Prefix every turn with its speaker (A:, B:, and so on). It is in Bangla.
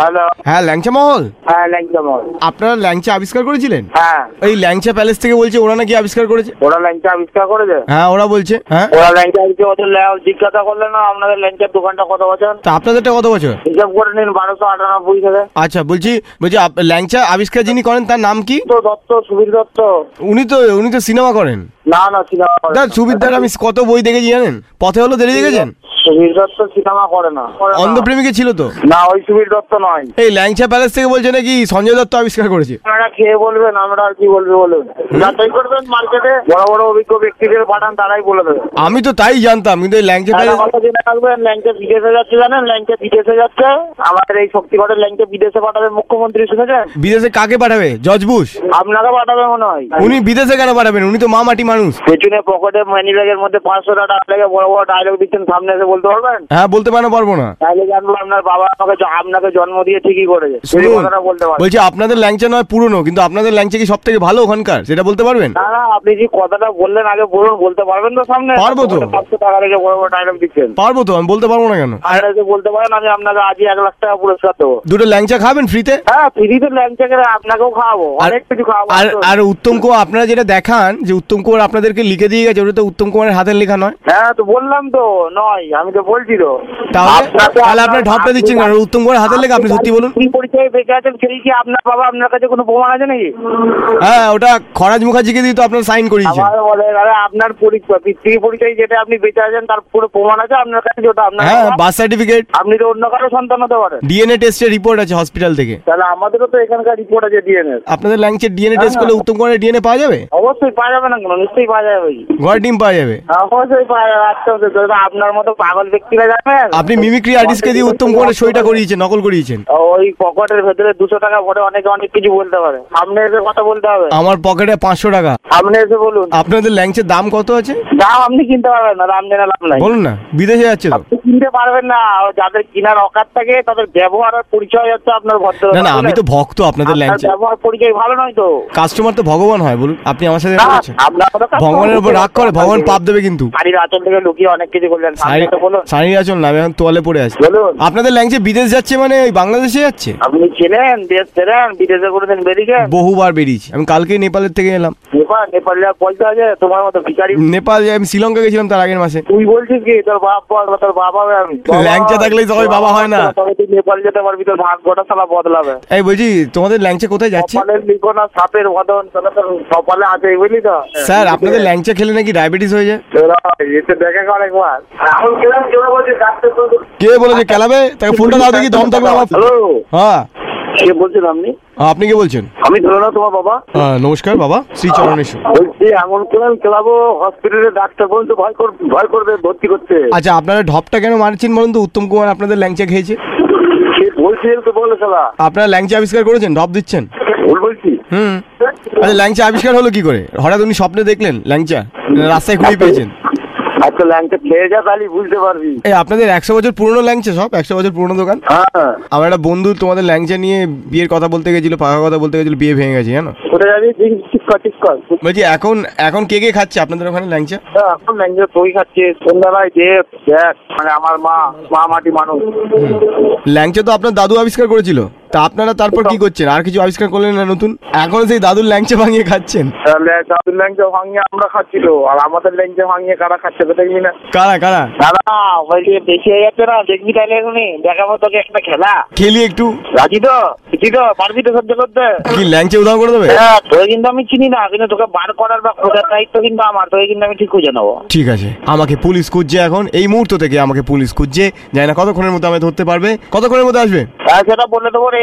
A: হ্যালো
B: হ্যাঁ ল্যাংচা মহল
A: হ্যাঁ ল্যাংচা মহল
B: আপনারা ল্যাংচা আবিষ্কার করেছিলেন
A: হ্যাঁ
B: এই ল্যাংচা প্যালেস থেকে বলছে ওরা নাকি আবিষ্কার করেছে
A: ওরা ল্যাংচা আবিষ্কার করেছে
B: হ্যাঁ ওরা বলছে হ্যাঁ
A: ওরা ল্যাংচা আজকে ওদের ল্যা- জিজ্ঞাসা করলে না আপনাদের ল্যাংচার দোকানটা কত বছর
B: তা আপনাদেরটা কত বছর
A: হিসাব করে নিন বারোশো আটানব্বই থেকে
B: আচ্ছা বলছি বলছি আপ- ল্যাংচা আবিষ্কার যিনি করেন তার নাম কি
A: তো দত্ত সুবীর দত্ত
B: উনি তো উনি তো সিনেমা করেন
A: না না সিনেমা করে
B: দাদা
A: না।
B: সুবিদ্যার আমি কত বই দেখেছি জানেন পথে হলো দেরি দেখেছেন
A: সুবীর দত্ত সিনেমা করে না করে না।
B: অন্ধপ্রেমিকে ছিল তো
A: না ওই সুবীর দত্ত নয়
B: এই ল্যাংচা প্যালেস থেকে বলছে নাকি সঞ্জয় দত্ত আবিষ্কার করেছে
A: আপনারা খেয়ে বলবেন আমরা আর কি বলবে বলুন যাচাই করবেন মার্কেটে বড় বড় অভিজ্ঞ ব্যক্তিদের পাঠান তারাই বলে দেবে
B: আমি তো তাই জানতাম কিন্তু এই ল্যাংচা
A: একটা
B: প্যালেস
A: কথা জেনে রাখবেন ল্যাংচা বিদেশে যাচ্ছে জানেন ল্যাংচা বিদেশে যাচ্ছে আমাদের এই শক্তিগড়ের ল্যাংচা বিদেশে পাঠাবেন মুখ্যমন্ত্রী শুনেছেন
B: বিদেশে কাকে পাঠাবে জজ বুশ
A: আপনাকে পাঠাবে মনে হয়
B: উনি বিদেশে কেন পাঠাবেন উনি তো মা মাটি মানুষ
A: পেছনে পকেটে মানি ব্যাগের মধ্যে পাঁচশো টাকা আপনাকে বড় বড় ডায়লগ দিচ্ছেন সামনে এসে বলতে পারবেন
B: হ্যাঁ বলতে পারো পারবো না
A: তাহলে জানবো আপনার বাবা আমাকে জ- আপনাকে জন্ম দিয়ে ঠিকই করেছে সেই
B: শুনুন,
A: কথাটা বলতে পারেন
B: বলছি আপনাদের ল্যাংচা নয় পুরনো কিন্তু আপনাদের ল্যাংচা কি সব থেকে ভালো ওখানকার সেটা বলতে পারবেন
A: না না আপনি যে কথাটা বললেন আগে বলুন বলতে পারবেন তো সামনে
B: পারবো তো।
A: পাঁচশো টাকা রেখে বড় বড় ডায়লগ দিচ্ছেন
B: পারবো তো আমি বলতে পারবো না কেন
A: আর এসে বলতে পারেন আমি আপনাকে আজই এক লাখ টাকা পুরস্কার দেবো
B: দুটো ল্যাংচা খাবেন ফ্রিতে
A: হ্যাঁ ফ্রিতে ল্যাংচা করে আপনাকেও খাওয়াবো
B: আর
A: অনেক কিছু খাওয়াবো
B: আর
A: তো।
B: আর উত্তম কুমার আপনারা যেটা দেখান যে উত্তম কুমার আপনাদেরকে লিখে দিয়ে গেছে ওটা তো উত্তম কুমারের হাতের লেখা নয়
A: হ্যাঁ তো বললাম তো নয় আমি তো বলছি তো
B: তাহলে
A: আপনাকে-
B: তাহলে আপনার ঢপটা দিচ্ছেন কেন উত্তম কুমারের হাতের লেখা আপনি সত্যি বলুন
A: কি পরিচয় বেঁচে আছেন সেই কি আপনার বাবা আপনার কাছে কোনো প্রমাণ আছে নাকি
B: হ্যাঁ ওটা খরাজ মুখার্জিকে দিয়ে তো আপনার সাইন করিয়েছেন
A: আবার বলে আরে আপনার পরিচয় পিতৃ পরিচয় যেটা আপনি বেঁচে আছেন তার পুরো প্রমাণ আছে আপনার কাছে যেটা আপনার
B: হ্যাঁ
A: বাবা।
B: বার্থ সার্টিফিকেট
A: আপনি তো অন্য কারো সন্তান হতে পারেন
B: ডিএনএ টেস্টের রিপোর্ট আছে হসপিটাল থেকে
A: তাহলে আমাদেরও তো এখানকার রিপোর্ট আছে ডিএনএ
B: আপনাদের ল্যাংচা ডিএনএ টেস্ট করলে উত্তম কুমারের ডিএনএ পাওয়া যাবে
A: অবশ্যই পাওয়া যাবে না কোনো নিশ্চয়ই পাওয়া যাবে ওই।
B: ঘর ডিম পাওয়া যাবে
A: অবশ্যই পাওয়া যাবে আচ্ছা আচ্ছা তাহলে আপনার মতো পাগল ব্যক্তিরা যাবেন
B: আপনি মিমিক্রি আর্টিস্টকে দিয়ে উত্তম কুমারের সইটা করিয়েছেন নকল করিয়েছেন
A: ওই পকেটের ভেতরে দুশো টাকা ভরে অনেকে অনেক কিছু বলতে পারে সামনে এসে কথা বলতে হবে
B: আমার পকেটে পাঁচশো টাকা
A: সামনে এসে বলুন
B: আপনাদের ল্যাংচের দাম কত আছে
A: দাম আপনি কিনতে পারবেন না দাম জেনে লাভ নাই
B: বলুন না বিদেশে যাচ্ছে তো
A: আপনি কিনতে পারবেন না ও যাদের কিনার অকার থাকে তাদের ব্যবহার আর পরিচয় হচ্ছে আপনার ভদ্র
B: না না আমি তো ভক্ত আপনাদের
A: আপনার
B: ল্যাংচা
A: ব্যবহার পরিচয় ভালো নয় তো
B: কাস্টমার তো ভগবান হয় বলুন আপনি আমার সাথে
A: না,
B: এরকম করছেন।
A: আপনার কথা কাজ
B: ভগবানের উপর
A: করবো।
B: রাগ করে ভগবান পাপ দেবে কিন্তু
A: শাড়ির আঁচল থেকে লুকিয়ে অনেক কিছু করলেন সামনে তো বলুন
B: সানি আচল না আমি এখন তোয়ালে পড়ে আছি
A: বলুন
B: আপনাদের ল্যাংচে বিদেশ যাচ্ছে মানে ওই বাংলাদেশে যাচ্ছে
A: আপনি ছিলেন দেশ ছেড়েন বিদেশে কোনোদিন বেরিয়ে
B: বহুবার বেরিয়েছি আমি কালকে নেপালের থেকে এলাম
A: নেপাল নেপালে আর পয়সা আছে তোমার মতো ভিখারি
B: নেপাল আমি শ্রীলঙ্কা গেছিলাম তার আগের মাসে
A: তুই বলছিস কি তোর বাপ বল বা তোর বাবা হবে আমি বাবা
B: ল্যাংচা
A: হয়।
B: থাকলেই সবাই বাবা হয় না।
A: তবে তুই নেপাল যেতে পারবি তোর ভাগ্যটা সালা বদলাবে
B: এই বলছি তোমাদের ল্যাংচা কোথায় যাচ্ছে
A: কপালের লিখন আর সাপের বদন তাহলে তোর কপালে আছে বুঝলি তো
B: স্যার আপনাদের ল্যাংচা খেলে নাকি ডায়াবেটিস হয়ে যায়
A: তোরা এসে দেখে কর একবার এখন কেমন কেউ বলছে ডাক্তার
B: কে বলেছে খেলাবে তাকে ফোনটা দাও দেখি দম থাকবে আমার
A: হ্যালো
B: হ্যাঁ
A: কে বলছেন আপনি
B: আপনি কে বলছেন
A: আমি ধরে নাও তোমার বাবা
B: আহ, নমস্কার বাবা শ্রী চরণেশ্বর
A: বলছি এমন কেমন খেলাবো হসপিটালে ডাক্তার পর্যন্ত ভয় কর ভয় করবে ভর্তি করতে
B: আচ্ছা আপনারা ঢপটা কেন মারছেন বলুন তো উত্তম কুমার আপনাদের ল্যাংচা খেয়েছে
A: সে বলছি তো বলে খেলা
B: আপনারা ল্যাংচা আবিষ্কার করেছেন ঢপ দিচ্ছেন
A: ভুল বলছি
B: হুম আচ্ছা ল্যাংচা আবিষ্কার হলো কি করে হঠাৎ উনি স্বপ্নে দেখলেন ল্যাংচা না রাস্তায় খুঁজে পেয়েছেন
A: আচ্ছা ল্যাংটা খেয়ে যা তাহলে বুঝতে পারবি
B: এই আপনাদের একশো বছর পুরনো ল্যাংচা সব একশো বছর পুরনো দোকান
A: হ্যাঁ
B: আমার একটা বন্ধু তোমাদের ল্যাংচা নিয়ে বিয়ের কথা বলতে গেছিল পাকা কথা বলতে গেছিল বিয়ে ভেঙে গেছে জানো
A: কোথায় যাবি ঠিক ঠিক কর ঠিক কর
B: বলছি এখন এখন কে কে খাচ্ছে আপনাদের ওখানে ল্যাংচা
A: হ্যাঁ, এখন ল্যাংটা তুই খাচ্ছিস সন্ধ্যাবেলায় দেব দেখ মানে আমার মা মা মাটি মানুষ
B: ল্যাংচা তো আপনার দাদু আবিষ্কার করেছিল তা আপনারা তারপর কি করছেন আর কিছু আবিষ্কার করলেন না নতুন এখন সেই দাদুর ল্যাংচা ভাঙিয়ে খাচ্ছেন
A: তাহলে দাদুর ল্যাংটা ভাঙিয়ে আমরা খাচ্ছি তো আর আমাদের ল্যাংটা ভাঙিয়ে কারা খাচ্ছে তো দেখবি না
B: কারা কারা
A: দাদা বলছি বেশি হয়ে যাচ্ছে না দেখবি তাহলে এখনই দেখাবো তোকে একটা খেলা
B: খেলি একটু
A: রাজি তো তুই তো পারবি তো সহ্য করতে
B: কি ল্যাংচা উধাও করে দেবে
A: হ্যাঁ তোকে কিন্তু আমি চিনি না কিন্তু তোকে বার করার বা খোঁজার দায়িত্ব কিন্তু আমার তোকে কিন্তু আমি ঠিক খুঁজে নেবো
B: ঠিক আছে আমাকে পুলিশ খুঁজছে এখন এই মুহূর্ত থেকে আমাকে পুলিশ খুঁজছে জানি না কতক্ষণের মধ্যে আমায় ধরতে পারবে কতক্ষণের মধ্যে আসবে
A: হ্যাঁ সেটা বলে দেবো রে